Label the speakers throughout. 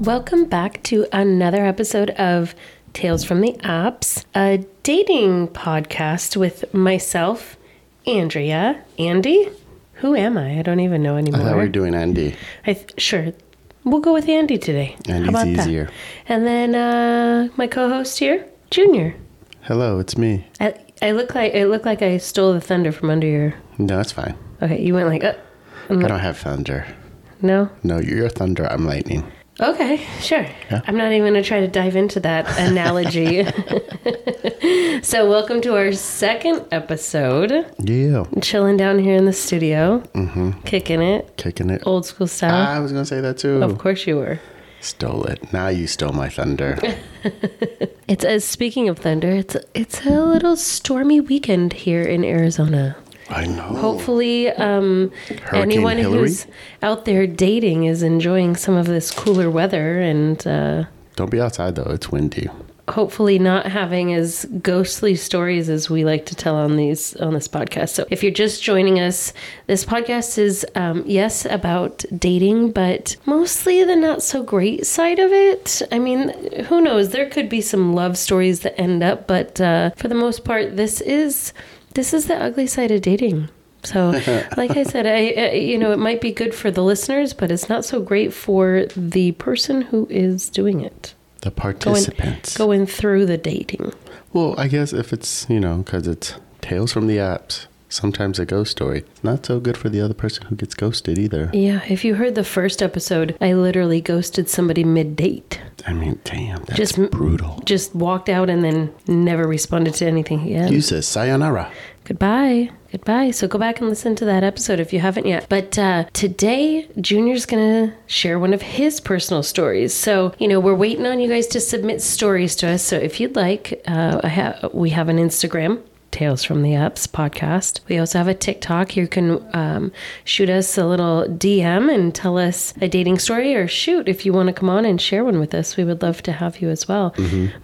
Speaker 1: Welcome back to another episode of Tales from the Apps, a dating podcast with myself, Andrea, Andy. Who am I? I don't even know
Speaker 2: I
Speaker 1: anymore.
Speaker 2: thought we were doing Andy.
Speaker 1: I th- sure. We'll go with Andy today.
Speaker 2: Andy's easier.
Speaker 1: that? And then uh, my co-host here, Junior.
Speaker 2: Hello, it's me.
Speaker 1: I, I look like it looked like I stole the thunder from under your.
Speaker 2: No, it's fine.
Speaker 1: Okay, you went like, uh,
Speaker 2: I don't have thunder.
Speaker 1: no.
Speaker 2: No, you're thunder. I'm lightning.
Speaker 1: Okay, sure. I'm not even going to try to dive into that analogy. so, welcome to our second episode.
Speaker 2: Yeah,
Speaker 1: Chilling down here in the studio,
Speaker 2: Mm-hmm.
Speaker 1: kicking it,
Speaker 2: kicking it.
Speaker 1: old school style.
Speaker 2: I was gonna say that too.
Speaker 1: of course, you were.
Speaker 2: Stole it. Now you stole my thunder.
Speaker 1: It's uh, speaking of thunder. It's it's a little stormy weekend here in Arizona.
Speaker 2: I know.
Speaker 1: Hopefully, um,
Speaker 2: Hurricane
Speaker 1: anyone
Speaker 2: Hillary?
Speaker 1: who's out there dating is enjoying some of this cooler weather and uh,
Speaker 2: Don't be outside though. It's windy.
Speaker 1: hopefully not having as ghostly stories as we like to tell on these on this podcast. So, if you're just joining us, this podcast is um, yes about dating, but mostly the not so great side of it. I mean, who knows? There could be some love stories that end up, but uh, for the most part, this is this is the ugly side of dating. So, like I said, I, I you know it might be good for the listeners, but it's not so great for the person who is doing it
Speaker 2: The
Speaker 1: going,
Speaker 2: participants.
Speaker 1: going through the dating.
Speaker 2: Well, I guess if it's you know because it's tales from the apps. Sometimes a ghost story. It's not so good for the other person who gets ghosted either.
Speaker 1: Yeah, if you heard the first episode, I literally ghosted somebody mid date.
Speaker 2: I mean, damn, that's
Speaker 1: Just m-
Speaker 2: brutal.
Speaker 1: Just walked out and then never responded to anything again.
Speaker 2: You said sayonara.
Speaker 1: Goodbye. Goodbye. So go back and listen to that episode if you haven't yet. But uh, today, Junior's going to share one of his personal stories. So, you know, we're waiting on you guys to submit stories to us. So if you'd like, uh, I ha- we have an Instagram. Tales from the Ups podcast. We also have a TikTok. You can um, shoot us a little DM and tell us a dating story, or shoot if you want to come on and share one with us. We would love to have you as well.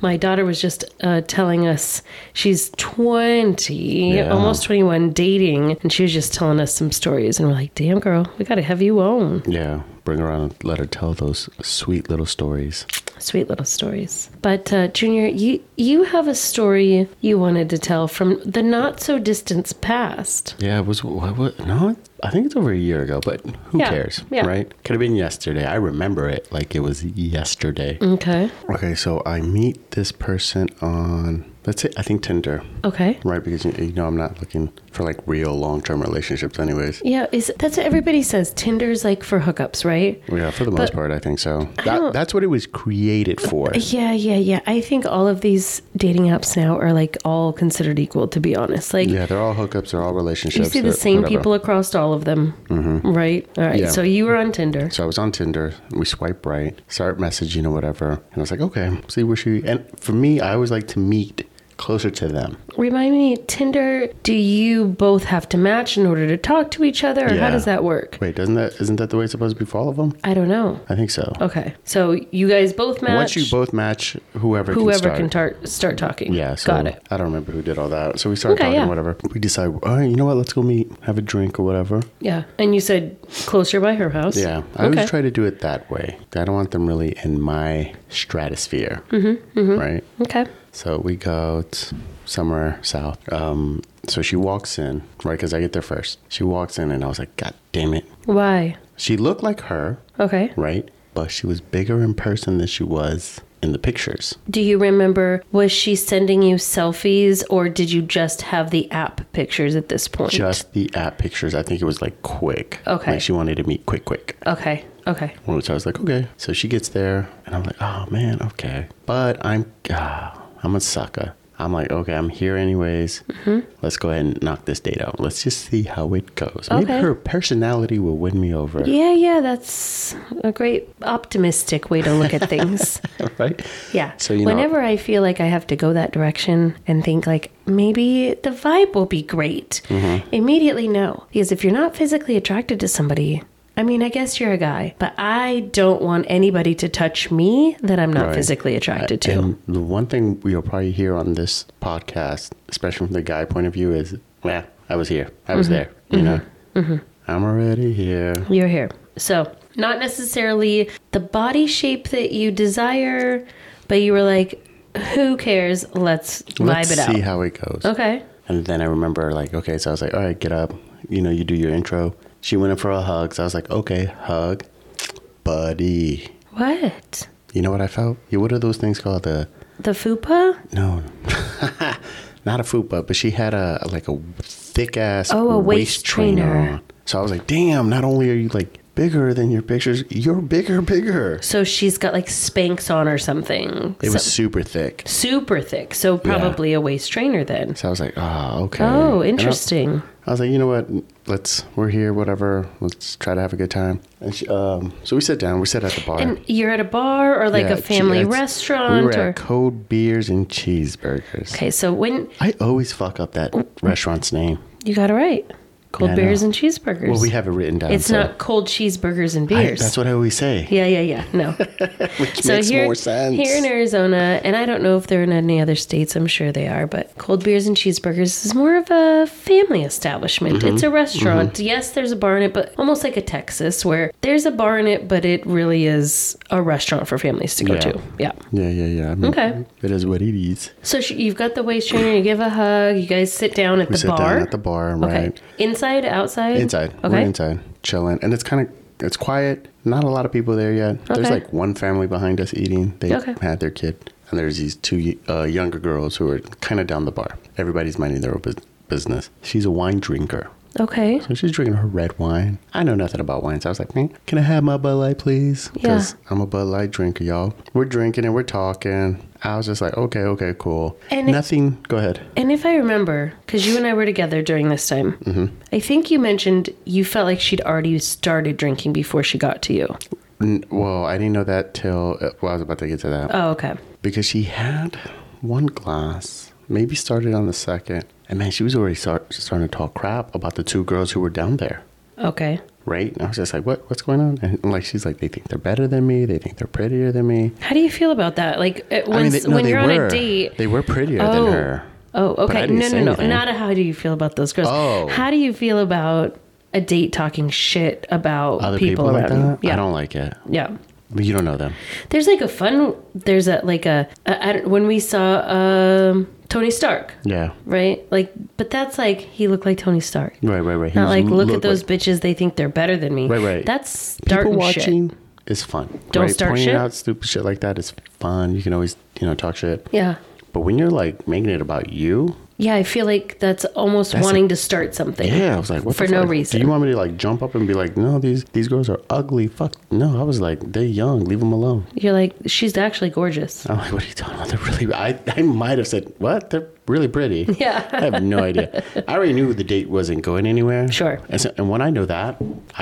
Speaker 1: My daughter was just uh, telling us she's 20,
Speaker 2: Yeah.
Speaker 1: almost 21, dating, and she was just telling us some stories. And we're like, damn, girl, we got to have you on.
Speaker 2: Yeah, bring her on and let her tell those sweet little stories.
Speaker 1: Sweet little stories. But uh, Junior, you you have a story you wanted to tell from the not so distant past.
Speaker 2: Yeah, it was what, what? No, I think it's over a year ago, but who
Speaker 1: Yeah,
Speaker 2: cares,
Speaker 1: yeah.
Speaker 2: right? Could have been yesterday. I remember it like it was yesterday.
Speaker 1: Okay.
Speaker 2: Okay, so I meet this person on let's say I think Tinder,
Speaker 1: Okay.
Speaker 2: right? Because you, you know I'm not looking for like real long-term relationships, anyways.
Speaker 1: Yeah, is that's what everybody says. Tinder's like for hookups, right?
Speaker 2: Yeah, for the most
Speaker 1: But-
Speaker 2: part, I think so.
Speaker 1: don't-
Speaker 2: That, that's what it was created for.
Speaker 1: Yeah, yeah, yeah. I think all of these dating apps now are like all considered equal to be honest. Like
Speaker 2: Yeah, they're all hookups, they're all relationships.
Speaker 1: you see the
Speaker 2: they're
Speaker 1: same
Speaker 2: whatever. Mm-hmm.
Speaker 1: people across all of them. Right? All right.
Speaker 2: Yeah.
Speaker 1: So you were on Tinder.
Speaker 2: So I was on Tinder. We swipe right, start messaging or whatever, and I was like, okay, see where she. And for me, I always like to meet closer to them.
Speaker 1: Remind me, Tinder, do you both have to match in order to talk to each other or how
Speaker 2: Yeah.
Speaker 1: does that work?
Speaker 2: Wait, doesn't that isn't that the way it's supposed to be for all of them?
Speaker 1: I don't know.
Speaker 2: I think so.
Speaker 1: Okay. So you guys both Oh, match.
Speaker 2: Once you both match, whoever can
Speaker 1: whoever
Speaker 2: start.
Speaker 1: can tar- start talking.
Speaker 2: yeah, so
Speaker 1: got it.
Speaker 2: I don't remember who did all that. So we started
Speaker 1: Okay,
Speaker 2: talking,
Speaker 1: yeah.
Speaker 2: whatever. We decide, all right, you know what? Let's go meet, have a drink or whatever.
Speaker 1: Yeah. And you said closer by her house.
Speaker 2: Yeah, I always try to do it that way. I don't want them really in my stratosphere,
Speaker 1: Mm-hmm,
Speaker 2: right?
Speaker 1: Okay.
Speaker 2: So we go t- somewhere south. Um, so she walks in, right? Because I get there first. She walks in, and I was like, God damn it.
Speaker 1: Why?
Speaker 2: She looked like her,
Speaker 1: Okay.
Speaker 2: right? But she was bigger in person than she was in the pictures.
Speaker 1: Do you remember, was she sending you selfies or did you just have the app pictures at this point?
Speaker 2: Just the app pictures. I think it was like quick.
Speaker 1: Okay.
Speaker 2: Like she wanted to meet quick, quick.
Speaker 1: Okay. Okay.
Speaker 2: Which I was like, okay. So she gets there, and I'm like, oh man, okay. But I'm, ah, I'm a sucker. I'm like, okay, I'm here anyways.
Speaker 1: Mm-hmm.
Speaker 2: Let's go ahead and knock this date out. Let's just see how it goes. Maybe
Speaker 1: Okay.
Speaker 2: her personality will win me over,
Speaker 1: Yeah, yeah, that's a great optimistic way to look at things.
Speaker 2: right?
Speaker 1: Yeah.
Speaker 2: So, you know-
Speaker 1: whenever I feel like I have to go that direction and think like maybe the
Speaker 2: Mm-hmm.
Speaker 1: vibe will be great, immediately no, because if you're not physically attracted to somebody, I mean, I guess you're a guy, but I don't want anybody to touch me that I'm not
Speaker 2: Right.
Speaker 1: physically attracted to.
Speaker 2: And the one thing we'll probably hear on this podcast, especially from the guy point of view, is, yeah, I was here. I
Speaker 1: Mm-hmm.
Speaker 2: was there. You know, I'm already here.
Speaker 1: You're here. So, not necessarily the body shape that you desire, but you were like, who cares? Let's
Speaker 2: Let's
Speaker 1: vibe it out.
Speaker 2: see how it goes.
Speaker 1: okay.
Speaker 2: And then I remember, like, okay, so I was like, all right, get up. You know, you do your intro. She went in for a hug. So I was like, okay, hug, buddy.
Speaker 1: What?
Speaker 2: You know what I felt? Yeah, what are those things called? The
Speaker 1: The fupa?
Speaker 2: no, not a fupa, but she had a like a thick ass
Speaker 1: Oh, a waist trainer.
Speaker 2: on. So I was like, damn! Not only are you like bigger than your pictures, you're bigger, bigger.
Speaker 1: So she's got like Spanx on or something.
Speaker 2: It was
Speaker 1: So-
Speaker 2: super thick.
Speaker 1: super thick. So probably a waist trainer then.
Speaker 2: So I was like, oh, okay.
Speaker 1: Oh,
Speaker 2: And I-
Speaker 1: interesting.
Speaker 2: I was like, you know what? Let's we're here, whatever. Let's try to have a good time. And she, um, so we sat down. We sat at the bar.
Speaker 1: And you're at a bar or like
Speaker 2: Yeah,
Speaker 1: a
Speaker 2: she-
Speaker 1: family
Speaker 2: it's-
Speaker 1: restaurant
Speaker 2: We were
Speaker 1: or
Speaker 2: at Code Beers and Cheeseburgers.
Speaker 1: Okay, so when
Speaker 2: I always fuck up that restaurant's name.
Speaker 1: you got it right. Cold
Speaker 2: Yeah, I know.
Speaker 1: beers and cheeseburgers.
Speaker 2: Well, we have it written down.
Speaker 1: it's
Speaker 2: so
Speaker 1: not cold cheeseburgers and
Speaker 2: I-
Speaker 1: beers.
Speaker 2: that's what I always say.
Speaker 1: yeah, yeah, yeah. No.
Speaker 2: Which
Speaker 1: so
Speaker 2: makes
Speaker 1: here,
Speaker 2: more sense.
Speaker 1: here in Arizona, and I don't know if they're in any other states. I'm sure they are, but cold beers and cheeseburgers is more of a family establishment. It's
Speaker 2: Mm-hmm.
Speaker 1: a restaurant. Yes, there's a bar in it, but almost like a Texas where there's a bar in it, but it really is a restaurant for families to go
Speaker 2: Yeah.
Speaker 1: to. Yeah.
Speaker 2: yeah, yeah, yeah. I mean,
Speaker 1: Okay.
Speaker 2: It is what it is.
Speaker 1: So sh- you've got the waist trainer. You give a hug. You guys sit down at
Speaker 2: We
Speaker 1: the
Speaker 2: sit
Speaker 1: bar.
Speaker 2: down at the bar,
Speaker 1: okay.
Speaker 2: right?
Speaker 1: Inside, outside.
Speaker 2: Inside. We're
Speaker 1: Okay.
Speaker 2: inside, chilling, and it's kind of it's quiet. Not a lot of people there yet. There's
Speaker 1: Okay.
Speaker 2: like one family behind us eating. They
Speaker 1: Okay.
Speaker 2: had their kid, and there's these two uh, younger girls who are kind of down the bar. Everybody's minding their own bus- business. She's a wine drinker.
Speaker 1: Okay.
Speaker 2: So she's drinking her red wine. I know nothing about wine, so I was like, "Man, can I have my Bud Light, please? Because
Speaker 1: Yeah.
Speaker 2: I'm a Bud Light drinker, y'all. We're drinking and we're talking. I was just like, okay, okay, cool.
Speaker 1: And it-
Speaker 2: nothing. go ahead.
Speaker 1: And if I remember, because you and I were together during this time,
Speaker 2: Mm-hmm.
Speaker 1: I think you mentioned you felt like she'd already started drinking before she got to you.
Speaker 2: N- well, I didn't know that till uh, well, I was about to get to that
Speaker 1: Oh, okay.
Speaker 2: because she had one glass, maybe started on the second, and man, she was already start, starting to talk crap about the two girls who were down there.
Speaker 1: Okay.
Speaker 2: Right, and I was just like, "What? What's going on?" And like, she's like, "They think they're better than me. They think they're prettier than me."
Speaker 1: How do you feel about that? Like uh, when,
Speaker 2: they- no,
Speaker 1: when
Speaker 2: they
Speaker 1: you're on
Speaker 2: were.
Speaker 1: a date.
Speaker 2: They were prettier
Speaker 1: Oh.
Speaker 2: than her.
Speaker 1: Oh,
Speaker 2: But I
Speaker 1: okay.
Speaker 2: didn't
Speaker 1: No,
Speaker 2: say
Speaker 1: no, no.
Speaker 2: anything.
Speaker 1: Not a how do you feel about those girls.
Speaker 2: Oh.
Speaker 1: How do you feel about a date talking shit about
Speaker 2: Other
Speaker 1: people,
Speaker 2: people,
Speaker 1: around
Speaker 2: like that.
Speaker 1: you? Yeah.
Speaker 2: I don't like it.
Speaker 1: yeah.
Speaker 2: But you don't know them.
Speaker 1: There's like a fun. There's a like a I, I don't- when we saw um, Tony Stark,
Speaker 2: Yeah.
Speaker 1: right? Like, but that's like he looked like Tony Stark.
Speaker 2: Right, right, right.
Speaker 1: Not
Speaker 2: He's-
Speaker 1: like look at
Speaker 2: look
Speaker 1: those
Speaker 2: like-
Speaker 1: bitches. They think they're better than me.
Speaker 2: Right, right.
Speaker 1: That's
Speaker 2: people
Speaker 1: darting shit.
Speaker 2: watching is fun.
Speaker 1: Don't
Speaker 2: right?
Speaker 1: start
Speaker 2: Pointing
Speaker 1: shit.
Speaker 2: out stupid shit like that is fun. You can always, you know, talk shit.
Speaker 1: Yeah,
Speaker 2: But when you're like making it about you,
Speaker 1: yeah. I feel like that's almost wanting to start something.
Speaker 2: yeah, I was like, what
Speaker 1: For
Speaker 2: the
Speaker 1: no
Speaker 2: fuck?
Speaker 1: reason.
Speaker 2: Do you want me to like jump up and be like, no, these these girls are ugly. Fuck. No, I was like, they're young. Leave them alone.
Speaker 1: You're like, she's actually gorgeous.
Speaker 2: I'm like, what are you talking about? They're really. I, I might have said what? They're really pretty.
Speaker 1: Yeah.
Speaker 2: I have no idea. I already knew the date wasn't going anywhere.
Speaker 1: Sure.
Speaker 2: And, so, and when I know that,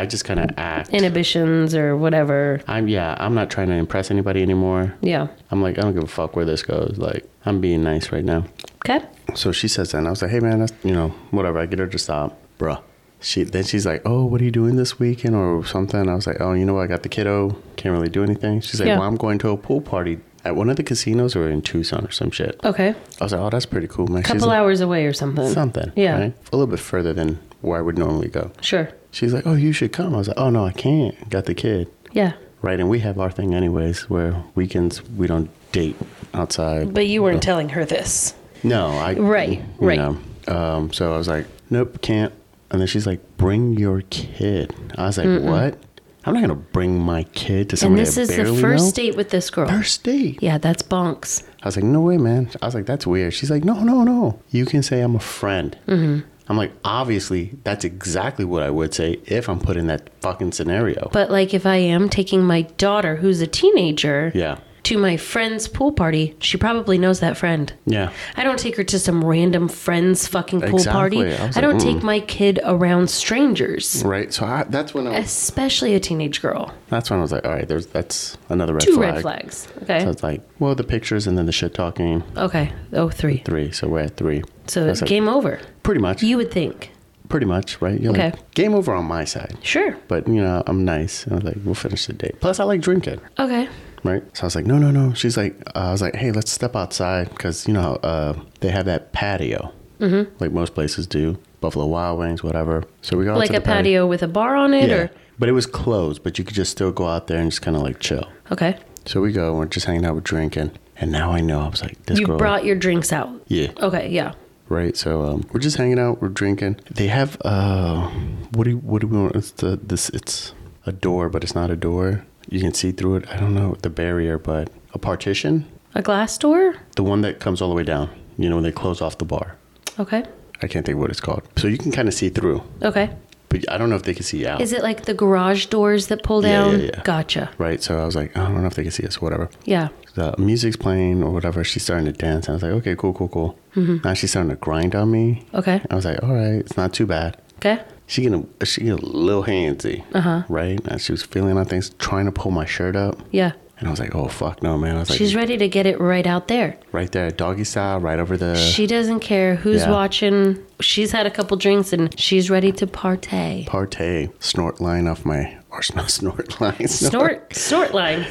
Speaker 2: I just kind of act.
Speaker 1: Inhibitions or whatever.
Speaker 2: I'm yeah. I'm not trying to impress anybody anymore.
Speaker 1: Yeah.
Speaker 2: I'm like, I don't give a fuck where this goes. Like, I'm being nice right now.
Speaker 1: Okay.
Speaker 2: So she says that, and I was like, hey man, that's you know whatever. I get her to stop, bruh. She then she's like, oh, what are you doing this weekend or something? I was like, oh, you know what? I got the kiddo. Can't really do anything. She's like,
Speaker 1: Yeah.
Speaker 2: well, I'm going to a pool party at one of the casinos or in Tucson or some shit.
Speaker 1: Okay.
Speaker 2: I was like, oh, that's pretty cool, man.
Speaker 1: Couple
Speaker 2: she's like,
Speaker 1: hours away or something.
Speaker 2: something.
Speaker 1: Yeah.
Speaker 2: right? A little bit further than where I would normally go.
Speaker 1: Sure.
Speaker 2: She's like, oh, you should come. I was like, oh no, I can't. Got the kid.
Speaker 1: Yeah.
Speaker 2: Right, and we have our thing anyways, where weekends we don't date outside.
Speaker 1: But you weren't telling her this.
Speaker 2: No, I
Speaker 1: Right,
Speaker 2: you
Speaker 1: right.
Speaker 2: know. um, so I was like, nope, can't. And then she's like, bring your kid. I was like, what? I'm not gonna bring my kid to
Speaker 1: And
Speaker 2: somebody.
Speaker 1: this
Speaker 2: I
Speaker 1: is the
Speaker 2: barely
Speaker 1: first
Speaker 2: know.
Speaker 1: date with this girl.
Speaker 2: First date.
Speaker 1: Yeah, that's bonks.
Speaker 2: I was like, no way, man. I was like, that's weird. She's like, no, no, no. You can say I'm a friend. Mm-hmm. I'm like, obviously, that's exactly what I would say if I'm put in that fucking scenario.
Speaker 1: But like, if I am taking my daughter, who's a teenager,
Speaker 2: yeah,
Speaker 1: to my friend's pool party, she probably knows that friend.
Speaker 2: yeah.
Speaker 1: I don't take her to some random friend's fucking pool
Speaker 2: Exactly.
Speaker 1: party.
Speaker 2: I
Speaker 1: I,
Speaker 2: was like, mm.
Speaker 1: don't take my kid around strangers,
Speaker 2: Right. So I, that's when I was,
Speaker 1: especially a teenage girl.
Speaker 2: that's when I was like, all right, there's that's another red
Speaker 1: Two
Speaker 2: flag.
Speaker 1: red flags. Okay.
Speaker 2: So it's like, well, the pictures and then the shit talking.
Speaker 1: okay. Oh, three.
Speaker 2: Three. So we're at three.
Speaker 1: So
Speaker 2: That's like-
Speaker 1: game over.
Speaker 2: Pretty much.
Speaker 1: You would think.
Speaker 2: Pretty much, right? You're
Speaker 1: Okay.
Speaker 2: like, game over on my side.
Speaker 1: Sure.
Speaker 2: But, you know, I'm nice. And I was like, we'll finish the date. Plus, I like drinking,
Speaker 1: Okay.
Speaker 2: right? So I was like, no, no, no. She's like, uh, I was like, hey, let's step outside because, you know, uh, they have that patio, mm-hmm. like most places do. Buffalo Wild Wings, whatever. So we go out
Speaker 1: Like
Speaker 2: to the
Speaker 1: a patio with a bar on it,
Speaker 2: Yeah.
Speaker 1: or
Speaker 2: But it was closed, but you could just still go out there and just kind of like chill.
Speaker 1: okay.
Speaker 2: So we go, and we're just hanging out, we're drinking. And now I know, I was like, this
Speaker 1: You
Speaker 2: girl.
Speaker 1: brought your drinks out.
Speaker 2: yeah.
Speaker 1: Okay. Yeah.
Speaker 2: Right. So um, we're just hanging out. We're drinking. They have uh, what do you, what do we want? It's the this. It's a door, but it's not a door. You can see through it. I don't know the barrier, but a partition,
Speaker 1: A glass door.
Speaker 2: the one that comes all the way down. You know when they close off the bar.
Speaker 1: Okay.
Speaker 2: I can't think what it's called. So you can kind of see through,
Speaker 1: Okay.
Speaker 2: but I don't know if they can see out.
Speaker 1: Is it like the garage doors that pull
Speaker 2: Yeah,
Speaker 1: down?
Speaker 2: yeah, yeah.
Speaker 1: Gotcha.
Speaker 2: right. So I was like, I don't know if they can see us. Whatever.
Speaker 1: Yeah.
Speaker 2: the music's playing or whatever. She's starting to dance. And I was like, okay, cool, cool, cool. Now she's starting to grind on me.
Speaker 1: Okay.
Speaker 2: I was like, all right, it's not too bad.
Speaker 1: Okay.
Speaker 2: She getting she getting a little handsy, uh-huh. right? And she was feeling on things, trying to pull my shirt up,
Speaker 1: Yeah.
Speaker 2: and I was like, "Oh fuck no, man!" I was like,
Speaker 1: She's ready to get it right out there.
Speaker 2: right there, doggy style, right over the."
Speaker 1: She doesn't care who's
Speaker 2: Yeah.
Speaker 1: watching. She's had a couple drinks and she's ready to partay.
Speaker 2: Partay snort line off my or sn- snort line
Speaker 1: Snort, snort line.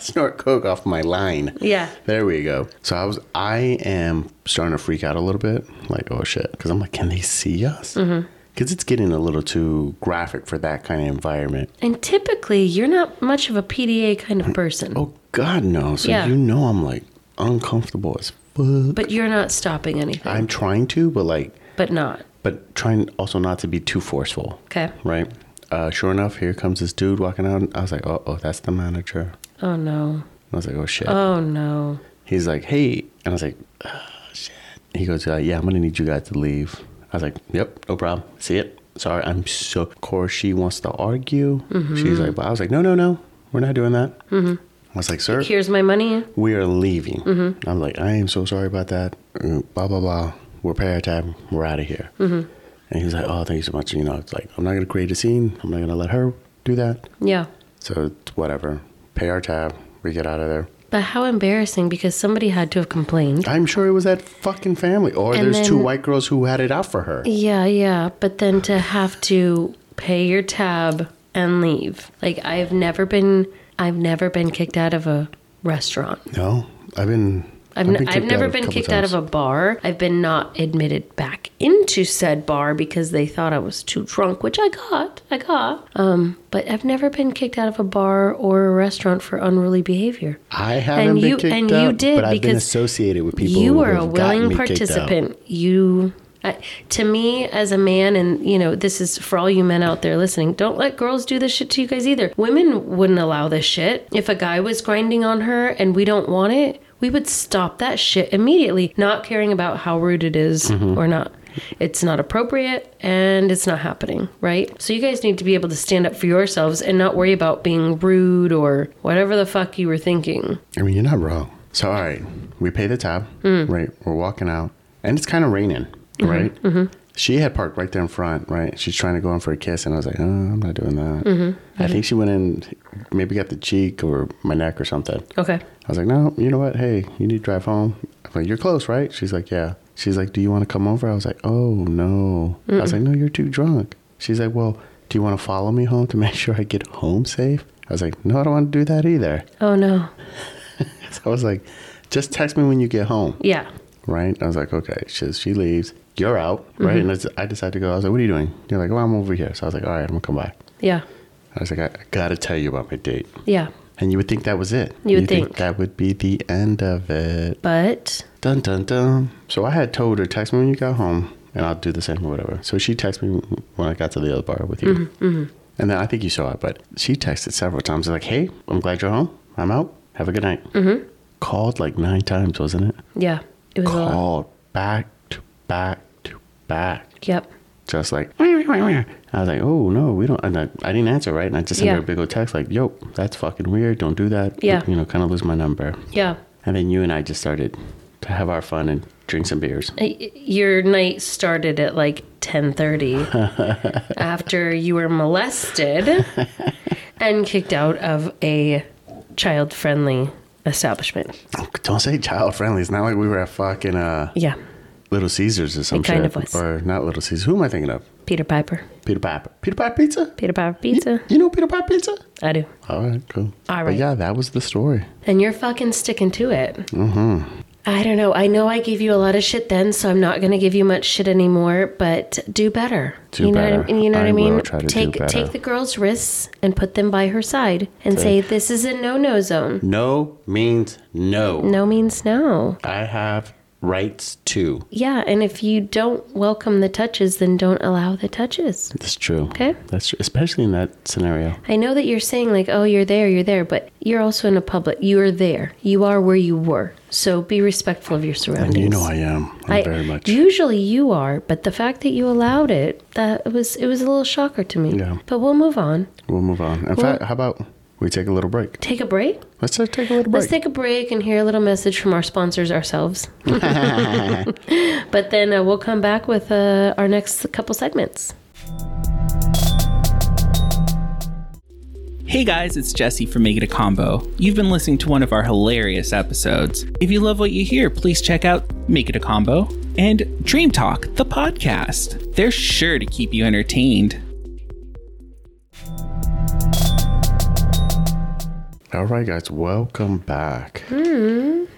Speaker 2: snort coke off my line.
Speaker 1: Yeah.
Speaker 2: There we go. So I was, I am starting to freak out a little bit. Like, oh shit. Cause I'm like, can they see us?
Speaker 1: Mm-hmm.
Speaker 2: Cause it's getting a little too graphic for that kind of environment.
Speaker 1: And typically, you're not much of a PDA kind of person,
Speaker 2: Oh God, no. So
Speaker 1: Yeah.
Speaker 2: you know, I'm like uncomfortable as fuck.
Speaker 1: but you're not stopping anything,
Speaker 2: I'm trying to, but like,
Speaker 1: but not.
Speaker 2: but trying also not to be too forceful.
Speaker 1: Okay.
Speaker 2: Right. Uh, sure enough, here comes this dude walking out. I was like, oh, oh, that's the manager.
Speaker 1: Oh no.
Speaker 2: I was like, oh shit.
Speaker 1: Oh no.
Speaker 2: He's like, hey. And I was like, oh, shit. He goes, uh, yeah, I'm going to need you guys to leave. I was like, yep, no problem. See it. Sorry, I'm so. Of course, she wants to argue. She's like, but I was like, no, no, no. We're not doing that. I was like, sir,
Speaker 1: Here's my money.
Speaker 2: we are leaving.
Speaker 1: Mm-hmm.
Speaker 2: I'm like, I am so sorry about that. Uh, Blah, blah, blah. We're parrot time. We're out of here.
Speaker 1: Mm-hmm.
Speaker 2: And he's like, oh, thank you so much. You know, it's like, I'm not going to create a scene. I'm not going to let her do that.
Speaker 1: Yeah.
Speaker 2: So, whatever. Pay our tab. We get out of there.
Speaker 1: But how embarrassing because somebody had to have complained.
Speaker 2: I'm sure it was that fucking family. Or
Speaker 1: And
Speaker 2: there's two
Speaker 1: then-
Speaker 2: white girls who had it out for her.
Speaker 1: Yeah, yeah. But then to have to pay your tab and leave. Like I've never been I've never been kicked out of a restaurant.
Speaker 2: No, I've been.
Speaker 1: I've, n-
Speaker 2: been
Speaker 1: I've
Speaker 2: kicked
Speaker 1: never
Speaker 2: out a
Speaker 1: been
Speaker 2: couple
Speaker 1: kicked
Speaker 2: times.
Speaker 1: out of a bar. I've been not admitted back into said bar because they thought I was too drunk, which I got. I got. Um, but I've never been kicked out of a bar or a restaurant for unruly behavior.
Speaker 2: I haven't
Speaker 1: and
Speaker 2: been
Speaker 1: you-
Speaker 2: kicked
Speaker 1: and you
Speaker 2: out,
Speaker 1: did
Speaker 2: but I've been
Speaker 1: because
Speaker 2: associated with people.
Speaker 1: you
Speaker 2: who
Speaker 1: are
Speaker 2: have
Speaker 1: a
Speaker 2: gotten
Speaker 1: willing
Speaker 2: me kicked out.
Speaker 1: participant. You, I, to me, as a man, and you know, this is for all you men out there listening. Don't let girls do this shit to you guys either. Women wouldn't allow this shit. If a guy was grinding on her and we don't want it, we would stop that shit immediately, not caring about how rude it is
Speaker 2: Mm-hmm.
Speaker 1: or not. It's not appropriate and it's not happening, right? So, you guys need to be able to stand up for yourselves and not worry about being rude or whatever the fuck you were thinking.
Speaker 2: I mean, you're not wrong. So, all right, we pay the tab, right? We're walking out, and it's kind of raining, right? She had parked right there in front, right? She's trying to go in for a kiss, and I was like, oh, I'm not doing that. I think she went in, maybe got the cheek or my neck or something.
Speaker 1: Okay.
Speaker 2: I was like, no, you know what? Hey, you need to drive home. I'm like, you're close, right? She's like, yeah. She's like, do you want to come over? I was like, oh, no. I was like, no, you're too drunk. She's like, well, do you want to follow me home to make sure I get home safe? I was like, no, I don't want to do that either.
Speaker 1: Oh, no.
Speaker 2: So I was like, just text me when you get home,
Speaker 1: Yeah.
Speaker 2: right? I was like, okay. She, she leaves. You're out, right?
Speaker 1: Mm-hmm.
Speaker 2: And it's, I decide to go. I was like, what are you doing? You're like, well, I'm over here. So I was like, all right, I'm going to come by.
Speaker 1: Yeah.
Speaker 2: I was like, I, I got to tell you about my date.
Speaker 1: Yeah.
Speaker 2: And you would think that was it.
Speaker 1: You would
Speaker 2: You'd
Speaker 1: think.
Speaker 2: that would be the end of it.
Speaker 1: But
Speaker 2: Dun dun dun. So I had told her, text me when you got home, and I'll do the same or whatever. So she texted me when I got to the other bar with you.
Speaker 1: Mm-hmm,
Speaker 2: And then I think you saw it, but she texted several times. Like, hey, I'm glad you're home. I'm out. Have a good night. Mm-hmm. Called like nine times, wasn't it?
Speaker 1: yeah, it was a lot.
Speaker 2: Called back to back to back.
Speaker 1: Yep.
Speaker 2: Just like, "Wah, wah, wah, wah." I was like, oh no, we don't. And I, I didn't answer, right? And I just sent her
Speaker 1: Yeah.
Speaker 2: a big old text like, yo, that's fucking weird. Don't do that.
Speaker 1: Yeah.
Speaker 2: You know, kind of lose my number.
Speaker 1: Yeah.
Speaker 2: And then you and I just started to have our fun and drink some beers.
Speaker 1: Y- Your night started at like 10:30 after you were molested and kicked out of a child-friendly establishment.
Speaker 2: Don't say child friendly. It's not like we were at fucking uh,
Speaker 1: Yeah.
Speaker 2: Little Caesars or some
Speaker 1: It kind of
Speaker 2: shit.
Speaker 1: was.
Speaker 2: Or not Little Caesars. Who am I thinking of?
Speaker 1: Peter Piper.
Speaker 2: Peter Piper. Peter Piper pizza?
Speaker 1: Peter Piper pizza.
Speaker 2: You know Peter Piper pizza?
Speaker 1: I do.
Speaker 2: All right, cool.
Speaker 1: All
Speaker 2: But
Speaker 1: right.
Speaker 2: yeah, that was the story.
Speaker 1: And you're fucking sticking to it. Mm-hmm. I don't know. I know I gave you a lot of shit then, so I'm not going to give you much shit anymore. But do better.
Speaker 2: Do
Speaker 1: you know
Speaker 2: better.
Speaker 1: What I, you know what
Speaker 2: I
Speaker 1: I mean?
Speaker 2: will try to do
Speaker 1: take
Speaker 2: better.
Speaker 1: take the girl's wrists and put them by her side and say this is a no no zone.
Speaker 2: No means no.
Speaker 1: No means no.
Speaker 2: I have rights too.
Speaker 1: Yeah, and if you don't welcome the touches, then don't allow the touches.
Speaker 2: That's true.
Speaker 1: Okay.
Speaker 2: That's true. Especially in that scenario.
Speaker 1: I know that you're saying like, oh, you're there, you're there, but you're also in a public. You are there. You are where you were. So be respectful of your surroundings.
Speaker 2: And you know I am. I'm
Speaker 1: I-
Speaker 2: very much.
Speaker 1: Usually you are, but the fact that you allowed it, that was it was a little shocker to me.
Speaker 2: Yeah.
Speaker 1: But we'll move on.
Speaker 2: we'll move on. In fact, how about we take a little break?
Speaker 1: Take a break.
Speaker 2: Let's take a little
Speaker 1: Let's
Speaker 2: break.
Speaker 1: take a break and hear a little message from our sponsors ourselves. but then uh, we'll come back with uh, our next couple segments.
Speaker 3: Hey guys, it's Jesse from Make It a Combo. You've been listening to one of our hilarious episodes. If you love what you hear, please check out Make It a Combo and Dream Talk, the podcast. They're sure to keep you entertained.
Speaker 2: All right, guys. Welcome back.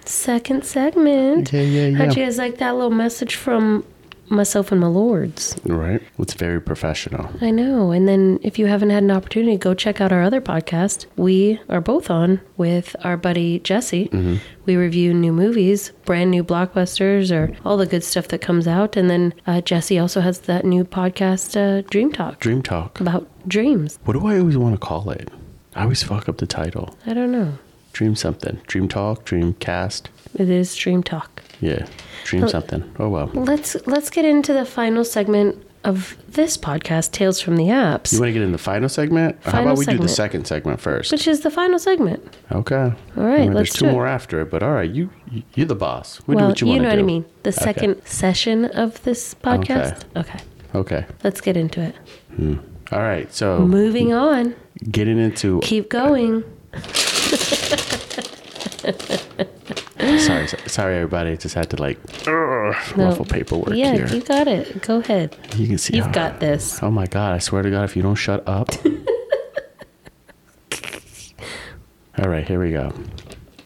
Speaker 1: Second segment.
Speaker 2: Yeah, yeah,
Speaker 1: How'd
Speaker 2: yeah.
Speaker 1: you guys like that little message from myself and my lords?
Speaker 2: Right? It's very professional.
Speaker 1: I know. And then if you haven't had an opportunity, go check out our other podcast. We are both on with our buddy Jesse.
Speaker 2: Mm-hmm.
Speaker 1: We review new movies, brand new blockbusters, or all the good stuff that comes out. And then uh, Jesse also has that new podcast, uh, Dream Talk,
Speaker 2: Dream talk.
Speaker 1: about dreams.
Speaker 2: What do I always want to call it? I always fuck up the title.
Speaker 1: I don't know.
Speaker 2: Dream something. Dream talk. Dream cast.
Speaker 1: It is Dream Talk.
Speaker 2: Yeah. Dream something. Oh well.
Speaker 1: Let's let's get into the final segment of this podcast, Tales from the Apps,
Speaker 2: You want to get in the final segment? Or How
Speaker 1: Final
Speaker 2: about we do the
Speaker 1: segment.
Speaker 2: second segment first?
Speaker 1: which is the final segment.
Speaker 2: Okay. All
Speaker 1: right, let's
Speaker 2: there's two
Speaker 1: do it.
Speaker 2: more after it, but all right, you you- you're the boss. We
Speaker 1: well,
Speaker 2: do what you,
Speaker 1: you
Speaker 2: want
Speaker 1: know
Speaker 2: to
Speaker 1: what I
Speaker 2: do.
Speaker 1: mean. The second session of this podcast. okay.
Speaker 2: Okay.
Speaker 1: Let's get into it.
Speaker 2: All right. So
Speaker 1: Moving on.
Speaker 2: getting into
Speaker 1: Keep going.
Speaker 2: sorry so- sorry everybody, I just had to like ugh, ruffle paperwork
Speaker 1: yeah,
Speaker 2: here.
Speaker 1: you got it. Go ahead.
Speaker 2: you can see.
Speaker 1: You've
Speaker 2: how-
Speaker 1: got this.
Speaker 2: Oh my god! I swear to God, if you don't shut up. all right, here we go.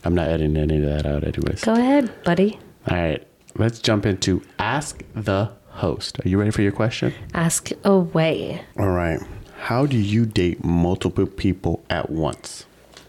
Speaker 2: I'm not editing any of that out, anyways.
Speaker 1: Go ahead, buddy.
Speaker 2: All right, let's jump into ask the host. Are you ready for your question?
Speaker 1: Ask away.
Speaker 2: All right. How do you date multiple people at once?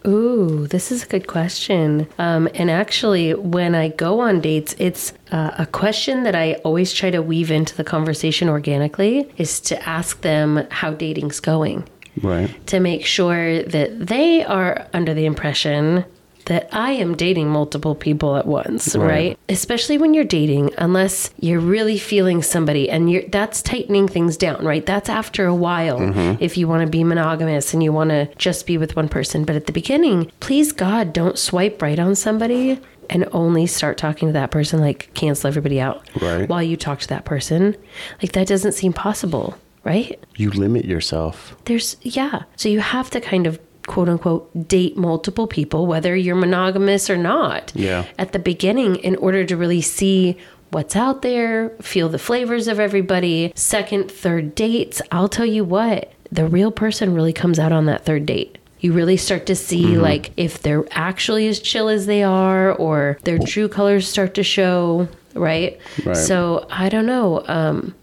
Speaker 1: Ooh, this is a good question. Um, and actually, when I go on dates, it's uh, a question that I always try to weave into the conversation organically is to ask them how dating's going.
Speaker 2: Right.
Speaker 1: to make sure that they are under the impression that I am dating multiple people at once,
Speaker 2: Right.
Speaker 1: right? Especially when you're dating, unless you're really feeling somebody and you're that's tightening things down, right? That's after a while
Speaker 2: Mm-hmm.
Speaker 1: if you want to be monogamous and you want to just be with one person. But at the beginning, please God, don't swipe right on somebody and only start talking to that person, like cancel everybody out
Speaker 2: Right.
Speaker 1: while you talk to that person. Like that doesn't seem possible, right?
Speaker 2: You limit yourself.
Speaker 1: there's yeah so you have to kind of quote unquote date multiple people whether you're monogamous or not
Speaker 2: Yeah.
Speaker 1: at the beginning in order to really see what's out there feel the flavors of everybody second third dates i'll tell you what the real person really comes out on that third date you really start to see
Speaker 2: Mm-hmm.
Speaker 1: like if they're actually as chill as they are or their true colors start to show right,
Speaker 2: Right.
Speaker 1: so i don't know um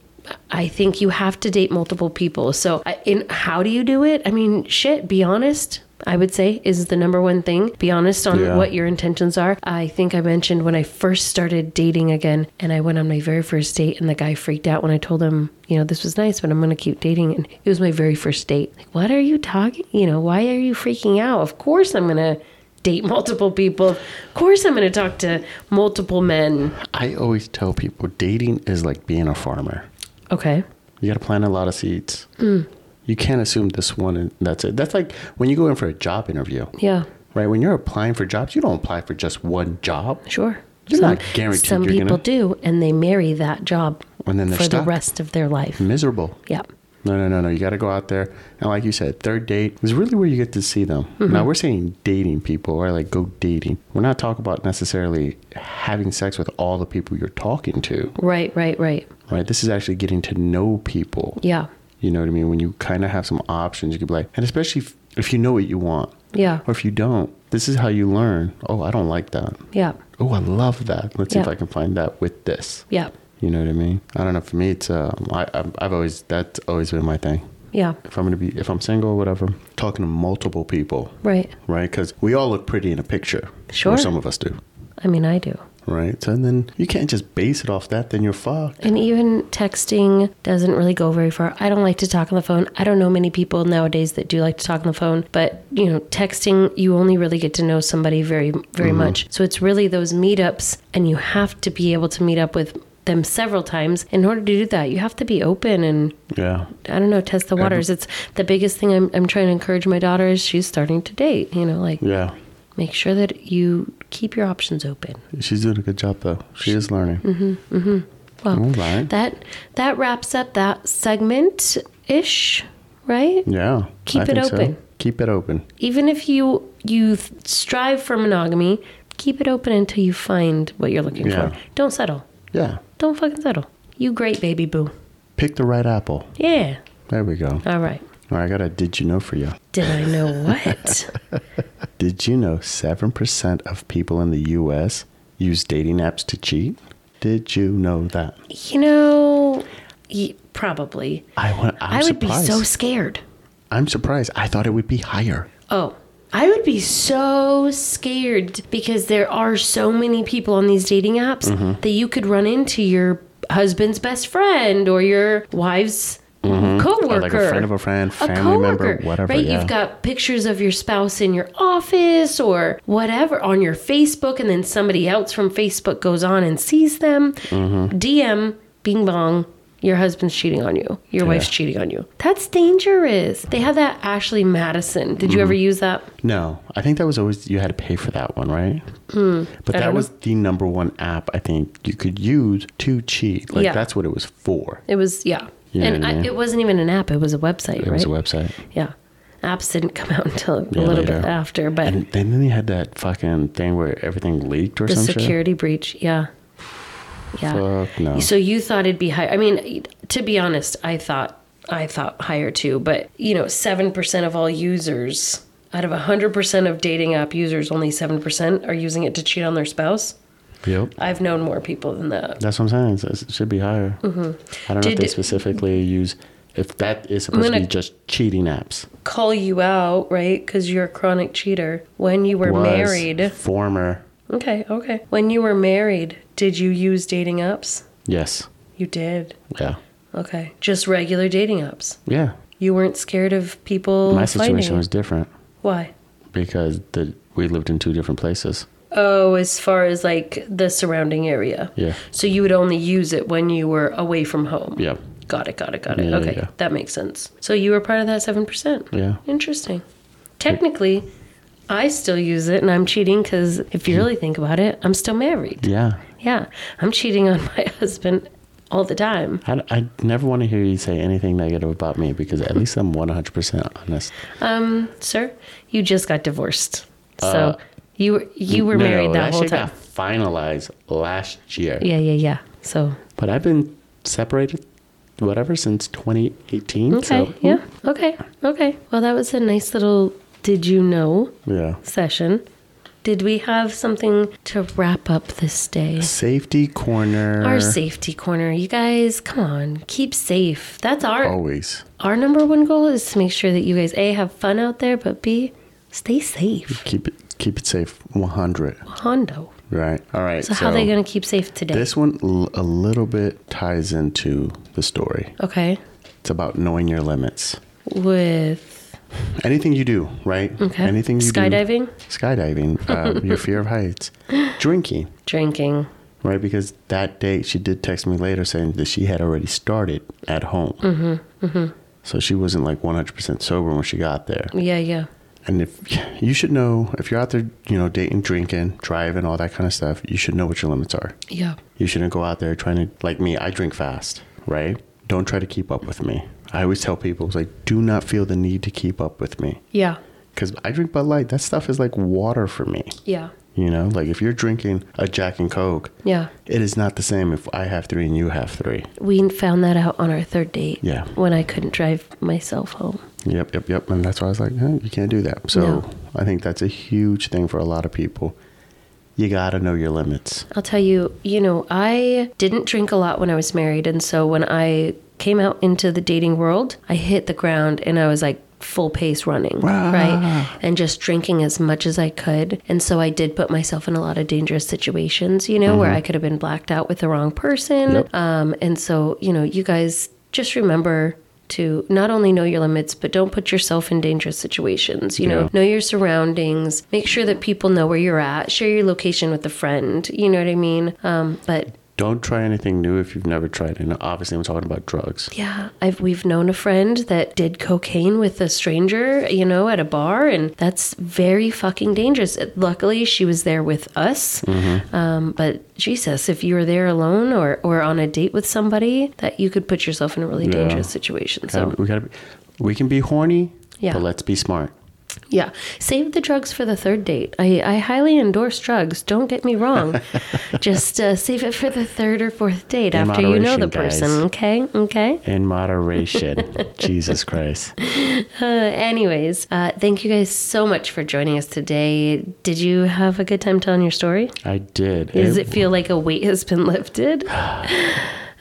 Speaker 1: I think you have to date multiple people. So, I- in how do you do it? I mean, shit, be honest. I would say is the number one thing. Be honest on
Speaker 2: Yeah.
Speaker 1: what your intentions are. I think I mentioned when I first started dating again and I went on my very first date and the guy freaked out when I told him, you know, this was nice, but I'm going to keep dating and it was my very first date. Like, what are you talking? You know, why are you freaking out? Of course I'm going to date multiple people. Of course I'm going to talk to multiple men.
Speaker 2: I always tell people dating is like being a farmer.
Speaker 1: Okay.
Speaker 2: You got to plant a lot of seeds. You can't assume this one and that's it. That's like when you go in for a job interview,
Speaker 1: Yeah.
Speaker 2: right? When you're applying for jobs, you don't apply for just one job.
Speaker 1: Sure.
Speaker 2: You're not guaranteed
Speaker 1: Some
Speaker 2: you're
Speaker 1: people
Speaker 2: gonna-
Speaker 1: do, and they marry that job
Speaker 2: And then they're
Speaker 1: for the
Speaker 2: stuck. Hmm.
Speaker 1: rest of their life.
Speaker 2: Miserable.
Speaker 1: Yeah.
Speaker 2: No, no, no, no. You got to go out there. And like you said, third date is really where you get to see them.
Speaker 1: Mm-hmm.
Speaker 2: Now, we're saying dating people, right? Like go dating. We're not talking about necessarily having sex with all the people you're talking to,
Speaker 1: Right, right, right.
Speaker 2: right? This is actually getting to know people.
Speaker 1: Yeah.
Speaker 2: You know what I mean? When you kind of have some options, you could be like, and especially if, if you know what you want.
Speaker 1: Yeah.
Speaker 2: Or if you don't, this is how you learn. Oh, I don't like that.
Speaker 1: Yeah.
Speaker 2: Oh, I love that. Let's see if
Speaker 1: Yeah.
Speaker 2: I can find that with this.
Speaker 1: Yeah.
Speaker 2: You know what I mean? I don't know. For me, it's uh, I, I've- I've always that's always been my thing.
Speaker 1: Yeah.
Speaker 2: If I'm gonna be, if I'm single or whatever, talking to multiple people,
Speaker 1: Right.
Speaker 2: right? Because we all look pretty in a picture.
Speaker 1: Sure.
Speaker 2: Or some of us do,
Speaker 1: I mean, I do.
Speaker 2: right? So then you can't just base it off that. Then you're fucked.
Speaker 1: And even texting doesn't really go very far. I don't like to talk on the phone. I don't know many people nowadays that do like to talk on the phone, but you know, texting you only really get to know somebody very very
Speaker 2: Mm-hmm.
Speaker 1: much. So it's really those meetups and you have to be able to meet up with them several times in order to do that. You have to be open and
Speaker 2: Yeah.
Speaker 1: I don't know, test the waters. It's the biggest thing I'm, I'm trying to encourage my daughter is she's starting to date, you know, like
Speaker 2: Yeah.
Speaker 1: make sure that you keep your options open.
Speaker 2: She's doing a good job though. She is learning.
Speaker 1: Mm-hmm. Well,
Speaker 2: All right.
Speaker 1: that that wraps up that segment ish, right?
Speaker 2: Yeah.
Speaker 1: Keep
Speaker 2: I
Speaker 1: it
Speaker 2: think so.
Speaker 1: open.
Speaker 2: Keep it open.
Speaker 1: Even if you you th- strive for monogamy, keep it open until you find what you're looking
Speaker 2: Yeah.
Speaker 1: for. Don't settle.
Speaker 2: Yeah.
Speaker 1: Don't fucking settle. You great baby boo.
Speaker 2: Pick the right apple.
Speaker 1: Yeah.
Speaker 2: There we go.
Speaker 1: All right.
Speaker 2: All right, I got a did you know for you.
Speaker 1: Did I know what?
Speaker 2: Did you know 7% of people in the US use dating apps to cheat? Did you know that?
Speaker 1: you know, ye- probably.
Speaker 2: I want I'm
Speaker 1: I would
Speaker 2: surprised.
Speaker 1: be so scared.
Speaker 2: I'm surprised. I thought it would be higher.
Speaker 1: Oh, I would be so scared because there are so many people on these dating apps
Speaker 2: Mm-hmm.
Speaker 1: that you could run into your husband's best friend or your wife's coworker,
Speaker 2: Or Mm-hmm. like a friend of a friend,
Speaker 1: A
Speaker 2: family member,
Speaker 1: coworker,
Speaker 2: whatever.
Speaker 1: Right?
Speaker 2: Yeah.
Speaker 1: You've got pictures of your spouse in your office or whatever on your Facebook, and then somebody else from Facebook goes on and sees them.
Speaker 2: Mm-hmm.
Speaker 1: DM, bing bong. Your husband's cheating on you. Your wife's cheating on you. That's dangerous. They have that Ashley Madison. Did
Speaker 2: Mm-hmm.
Speaker 1: you ever use that?
Speaker 2: no, I think that was always you had to pay for that one, right? but
Speaker 1: Hmm. don't
Speaker 2: that
Speaker 1: know.
Speaker 2: was the number one app I think you could use to cheat. Like
Speaker 1: Yeah.
Speaker 2: that's what it was for.
Speaker 1: It was yeah.
Speaker 2: Yeah,
Speaker 1: and I,
Speaker 2: yeah.
Speaker 1: it wasn't even an app. It was a website,
Speaker 2: It
Speaker 1: right?
Speaker 2: was a website.
Speaker 1: Yeah. Apps didn't come out until a
Speaker 2: Yeah,
Speaker 1: little bit
Speaker 2: later.
Speaker 1: after, but
Speaker 2: And then they had that fucking thing where everything leaked or
Speaker 1: the
Speaker 2: some shit.
Speaker 1: security breach, yeah. Yeah.
Speaker 2: Fuck no.
Speaker 1: So you thought it'd be high. I mean, to be honest, I thought I thought higher too, but you know, 7% of all users out of 100% of dating app users, only 7% are using it to cheat on their spouse.
Speaker 2: Yep.
Speaker 1: I've known more people than that.
Speaker 2: That's what I'm saying. It's- It should be higher. I don't know if
Speaker 1: Mm-hmm. Did-
Speaker 2: they specifically use if that is supposed to
Speaker 1: gonna-
Speaker 2: be just cheating apps.
Speaker 1: Call you out, right? Cuz you're a chronic cheater when you were
Speaker 2: Was
Speaker 1: married.
Speaker 2: Former.
Speaker 1: Okay, okay. When you were married, did you use dating apps?
Speaker 2: Yes.
Speaker 1: You did.
Speaker 2: Yeah.
Speaker 1: Okay. Just regular dating apps.
Speaker 2: Yeah.
Speaker 1: You weren't scared of people
Speaker 2: My
Speaker 1: finding
Speaker 2: situation
Speaker 1: you.
Speaker 2: was different
Speaker 1: Why?
Speaker 2: because the we lived in two different places.
Speaker 1: Oh, as far as like the surrounding area.
Speaker 2: Yeah.
Speaker 1: So you would only use it when you were away from home.
Speaker 2: Yeah.
Speaker 1: Got it, got it, got it.
Speaker 2: Yeah, yeah,
Speaker 1: okay.
Speaker 2: yeah.
Speaker 1: That makes sense. So you were part of that 7%.
Speaker 2: Yeah.
Speaker 1: Interesting. Technically, I still use it and I'm cheating cuz if you really think about it, I'm still married.
Speaker 2: Yeah.
Speaker 1: Yeah. I'm cheating on my husband all the time.
Speaker 2: I, I never want to hear you say anything negative about me because at least I'm 100% honest.
Speaker 1: sir, you just got divorced. So
Speaker 2: Uh,
Speaker 1: you were you were
Speaker 2: No,
Speaker 1: married that, whole
Speaker 2: shit
Speaker 1: time.
Speaker 2: got finalized last year.
Speaker 1: Yeah, yeah, yeah. So
Speaker 2: But I've been separated, whatever, since 2018.
Speaker 1: okay,
Speaker 2: So, hmm.
Speaker 1: yeah, okay, okay. Well, that was a nice little did you know
Speaker 2: yeah.
Speaker 1: session. Did we have something to wrap up this day?
Speaker 2: Safety corner.
Speaker 1: Our safety corner, you guys. Come on, keep safe. That's our
Speaker 2: Oh. Always.
Speaker 1: our number one goal is to make sure that you guys a have fun out there, but b stay safe.
Speaker 2: Keep it keep it safe. 100.
Speaker 1: Hondo.
Speaker 2: Right. All right.
Speaker 1: So, how are they going to keep safe today?
Speaker 2: Hmm. This one l- a little bit ties into the story.
Speaker 1: okay,
Speaker 2: It's about knowing your limits.
Speaker 1: with
Speaker 2: Anything you do, right?
Speaker 1: Okay.
Speaker 2: Anything you
Speaker 1: Skydiving?
Speaker 2: do. Skydiving. Skydiving. Uh, your fear of heights. Drinking,
Speaker 1: drinking.
Speaker 2: right? Because that day she did text me later saying that she had already started at home. Mm-hmm. Mm-hmm. So she wasn't like 100% sober when she got there.
Speaker 1: Yeah, yeah.
Speaker 2: And if you should know, if you're out there, you know, dating, drinking, driving, all that kind of stuff, you should know what your limits are.
Speaker 1: Yeah.
Speaker 2: You shouldn't go out there trying to, like me, I drink fast, right? don't try to keep up with me. I always tell people, it's like, do not feel the need to keep up with me.
Speaker 1: Yeah.
Speaker 2: Because I drink Bud Light. That stuff is like water for me.
Speaker 1: Yeah.
Speaker 2: You know, like if you're drinking a Jack and Coke,
Speaker 1: Yeah.
Speaker 2: it is not the same if I have three and you have three.
Speaker 1: We found that out on our third date.
Speaker 2: Yeah.
Speaker 1: When I couldn't drive myself home.
Speaker 2: Yep, yep, yep. And that's why I was like, eh, you can't do that. So
Speaker 1: No.
Speaker 2: I think that's a huge thing for a lot of people. You got to know your limits.
Speaker 1: I'll tell you, you know, I didn't drink a lot when I was married. And so when I came out into the dating world, I hit the ground and I was like, full pace running,
Speaker 2: Wow.
Speaker 1: right? And just drinking as much as I could. And so I did put myself in a lot of dangerous situations, you know, where I could have been blacked out with the wrong person.
Speaker 2: Mm-hmm. Yep.
Speaker 1: Um, and so, you know, you guys just remember to not only know your limits, but don't put yourself in dangerous situations. You know,
Speaker 2: Yeah.
Speaker 1: know your surroundings, make sure that people know where you're at, share your location with a friend. You know what I mean? Um, but
Speaker 2: Don't try anything new if you've never tried it. And obviously, I'm talking about drugs.
Speaker 1: yeah, I've we've known a friend that did cocaine with a stranger, you know, at a bar, and that's very fucking dangerous. Luckily, she was there with us.
Speaker 2: Mm-hmm.
Speaker 1: Um, but Jesus, if you were there alone or or on a date with somebody, that you could put yourself in a really
Speaker 2: Yeah.
Speaker 1: dangerous situation. So
Speaker 2: Gotta- we gotta be, we can be horny,
Speaker 1: Yeah.
Speaker 2: but let's be smart.
Speaker 1: yeah, save the drugs for the third date. I I highly endorse drugs. Don't get me wrong, just uh, save it for the third or fourth date
Speaker 2: In
Speaker 1: after you know
Speaker 2: moderation,
Speaker 1: the
Speaker 2: guys.
Speaker 1: person. Okay, okay.
Speaker 2: In moderation. Jesus Christ.
Speaker 1: Anyways, uh, thank you guys so much for joining us today. Did you have a good time telling your story?
Speaker 2: I did.
Speaker 1: Does it feel like a weight has been lifted?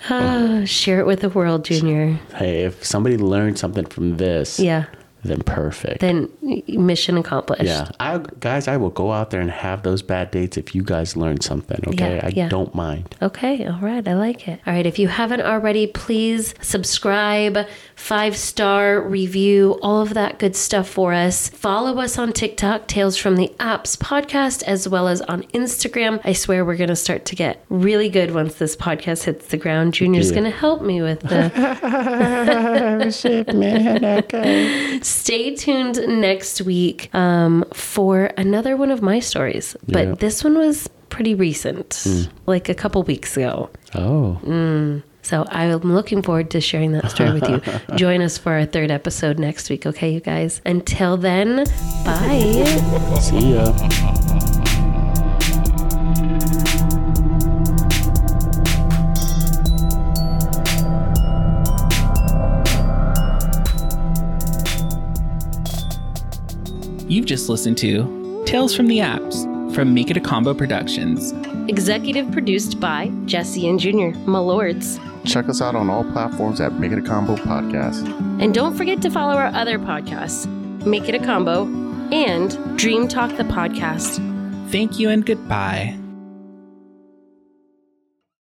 Speaker 1: Ah, share it with the world, Junior.
Speaker 2: hey, if somebody learned something from this,
Speaker 1: Yeah.
Speaker 2: then perfect.
Speaker 1: Then y- mission accomplished.
Speaker 2: yeah. I, guys, I will go out there and have those bad dates if you guys learn something, okay?
Speaker 1: Yeah,
Speaker 2: I
Speaker 1: yeah.
Speaker 2: don't mind.
Speaker 1: Okay, all right, I like it. All right, if you haven't already, please subscribe, five star review, all of that good stuff for us. Follow us on TikTok, Tales from the Apps podcast, as well as on Instagram. I swear we're going to start to get really good once this podcast hits the ground. Junior's
Speaker 2: Yeah.
Speaker 1: going to help me with the.
Speaker 2: Shit, man. Okay.
Speaker 1: Stay tuned next week um, for another one of my stories, but
Speaker 2: Yeah.
Speaker 1: this one was pretty recent, like a couple weeks ago.
Speaker 2: Oh.
Speaker 1: Mm. So I'm looking forward to sharing that story with you. Join us for our third episode next week, okay, you guys? Until then, bye.
Speaker 2: See ya.
Speaker 3: You've just listened to Tales from the Apps from Make It a Combo Productions.
Speaker 1: Executive produced by Jesse and Junior, my lords.
Speaker 2: Check us out on all platforms at Make It a Combo Podcast.
Speaker 1: And don't forget to follow our other podcasts, Make It a Combo and Dream Talk the Podcast.
Speaker 3: Thank you and goodbye.